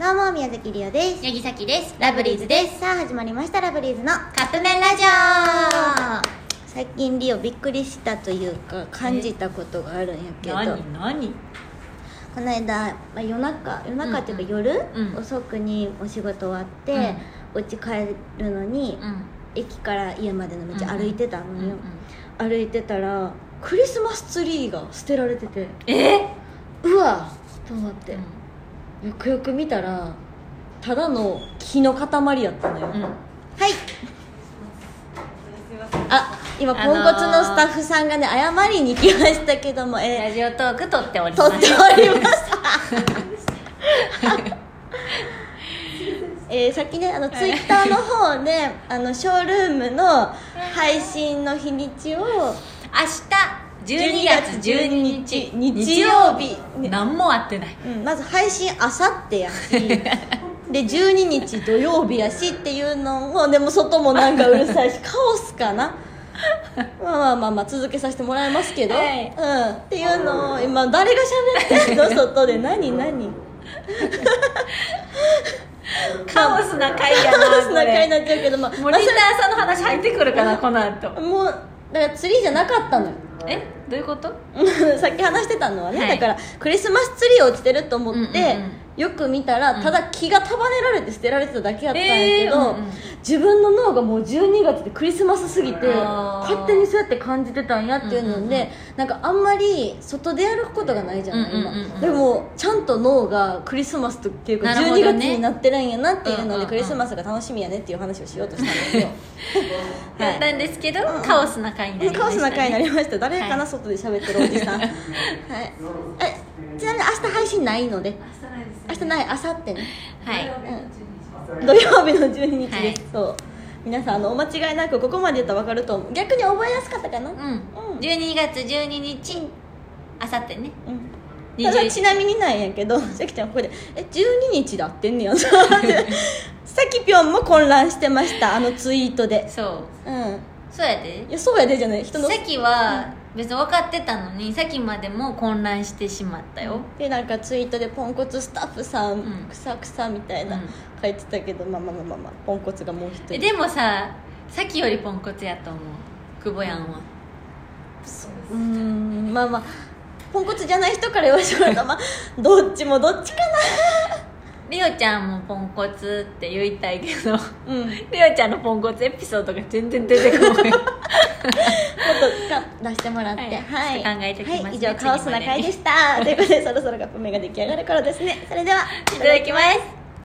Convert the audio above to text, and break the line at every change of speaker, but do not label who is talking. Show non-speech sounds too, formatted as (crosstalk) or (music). どうも宮崎りおです
八木崎ですラブリーズです
さあ始まりましたラブリーズの
カップ麺ラジ
最近りおびっくりしたというか感じたことがあるんやけ
オ
ど
何何
この間、まあ、夜中夜中っていうか
うん
夜、
うん
遅くにお仕事終わって、お家帰るのに、
うん
駅から家までの道歩いてたのよ、
うんうん
歩いてたらクリスマスツリーが捨てられてて
えっ
うわと思って、よくよく見たらただの木の塊やったのよ、
うん
はいあ今ポンコツのスタッフさんがね謝りに来ましたけどもえ
ラジオトーク撮っており
ー、
ま
撮
す
っておりましたえー、さっきねあのツイッターの方であのショールームの配信の日にちを
明日12月12日
日曜日
日何もあってない
うん、まず配信あさってやし (laughs) で12日土曜日やしっていうのをでも外もなんかうるさいしカオスか
(laughs)
なまあまあまあまあ続けさせてもらいますけど、
はい
うん、っていうのを今誰が喋ってんの外で何
(laughs)
何
カオスな回や
カ
な
オ (laughs) ス
こ
な回に
れ
なっちゃうけどまあ、
モ
ま
ニ
あ、
ターさんの話入ってくるかなこの後
そ
(laughs)
れもうだから釣りじゃなかったのよ
えどういうこと
(laughs) さっき話してたのはね、
は
だ
い
からクリスマスツリー落ちてると思って、
うんうんうん
よく見たらただ木が束ねられて捨てられてただけやったんやけど、
えーうんうん
自分の脳がもう12月でクリスマスすぎて
あー
勝手にそうやって感じてたんやっていうので、
うんうんうん
なんかあんまり外でやることがないじゃない、
うんうんうんうん
今でもちゃんと脳がクリスマスとっていうか
なるほ
12月
どね
になってるんやなっていうので、
うんうんうん
クリスマスが楽しみやねっていう話をしようとしたんだ
(laughs)
けど、は
や
い
ったんですけどカオスな回になりましたね
カオスな回になりました誰かな、
はい
外で喋ってるおじ
(laughs)
さんはいえちなみに明日配信ないので明日ない明後日ね、
はい
うん、土曜日の12日です、
はい
そう皆さんあのお間違いなくここまで言ったら分かると思う逆に覚えやすかったかな、
う
うん
ん12月12日あさってね
うん
21
ただちなみになんやけどさきちゃんここで「え12日だってんねや」 (laughs) さきぴょんも混乱してましたあのツイートで
そ
う
う
ん
そうやで
いやそうやでじゃない人の
さっきは別に分かってたのにさっきまでも混乱してしまったよ、
でなんかツイートでポンコツスタッフさん
うん
くさくさみたいな、
うん
書いてたけどまあまあまあまあ、まあ、ポンコツがもう一
え
人
でもささっきよりポンコツやと思う久保やんは、
うーんまあまあポンコツじゃない人から言わせてもらうとまあ
(laughs)
どっちもどっちか
りおちゃんもポンコツって言いたいけど (laughs)
なうんもっ
りおちゃんのポンコツエピソードが全然出
(laughs)
てこない
とか出してもらって
はいちょっと考えてきますね (laughs)
はい、以上カオスな回でしたということでそろそろカップ麺が出来上がる頃ですねそれではい
ただきます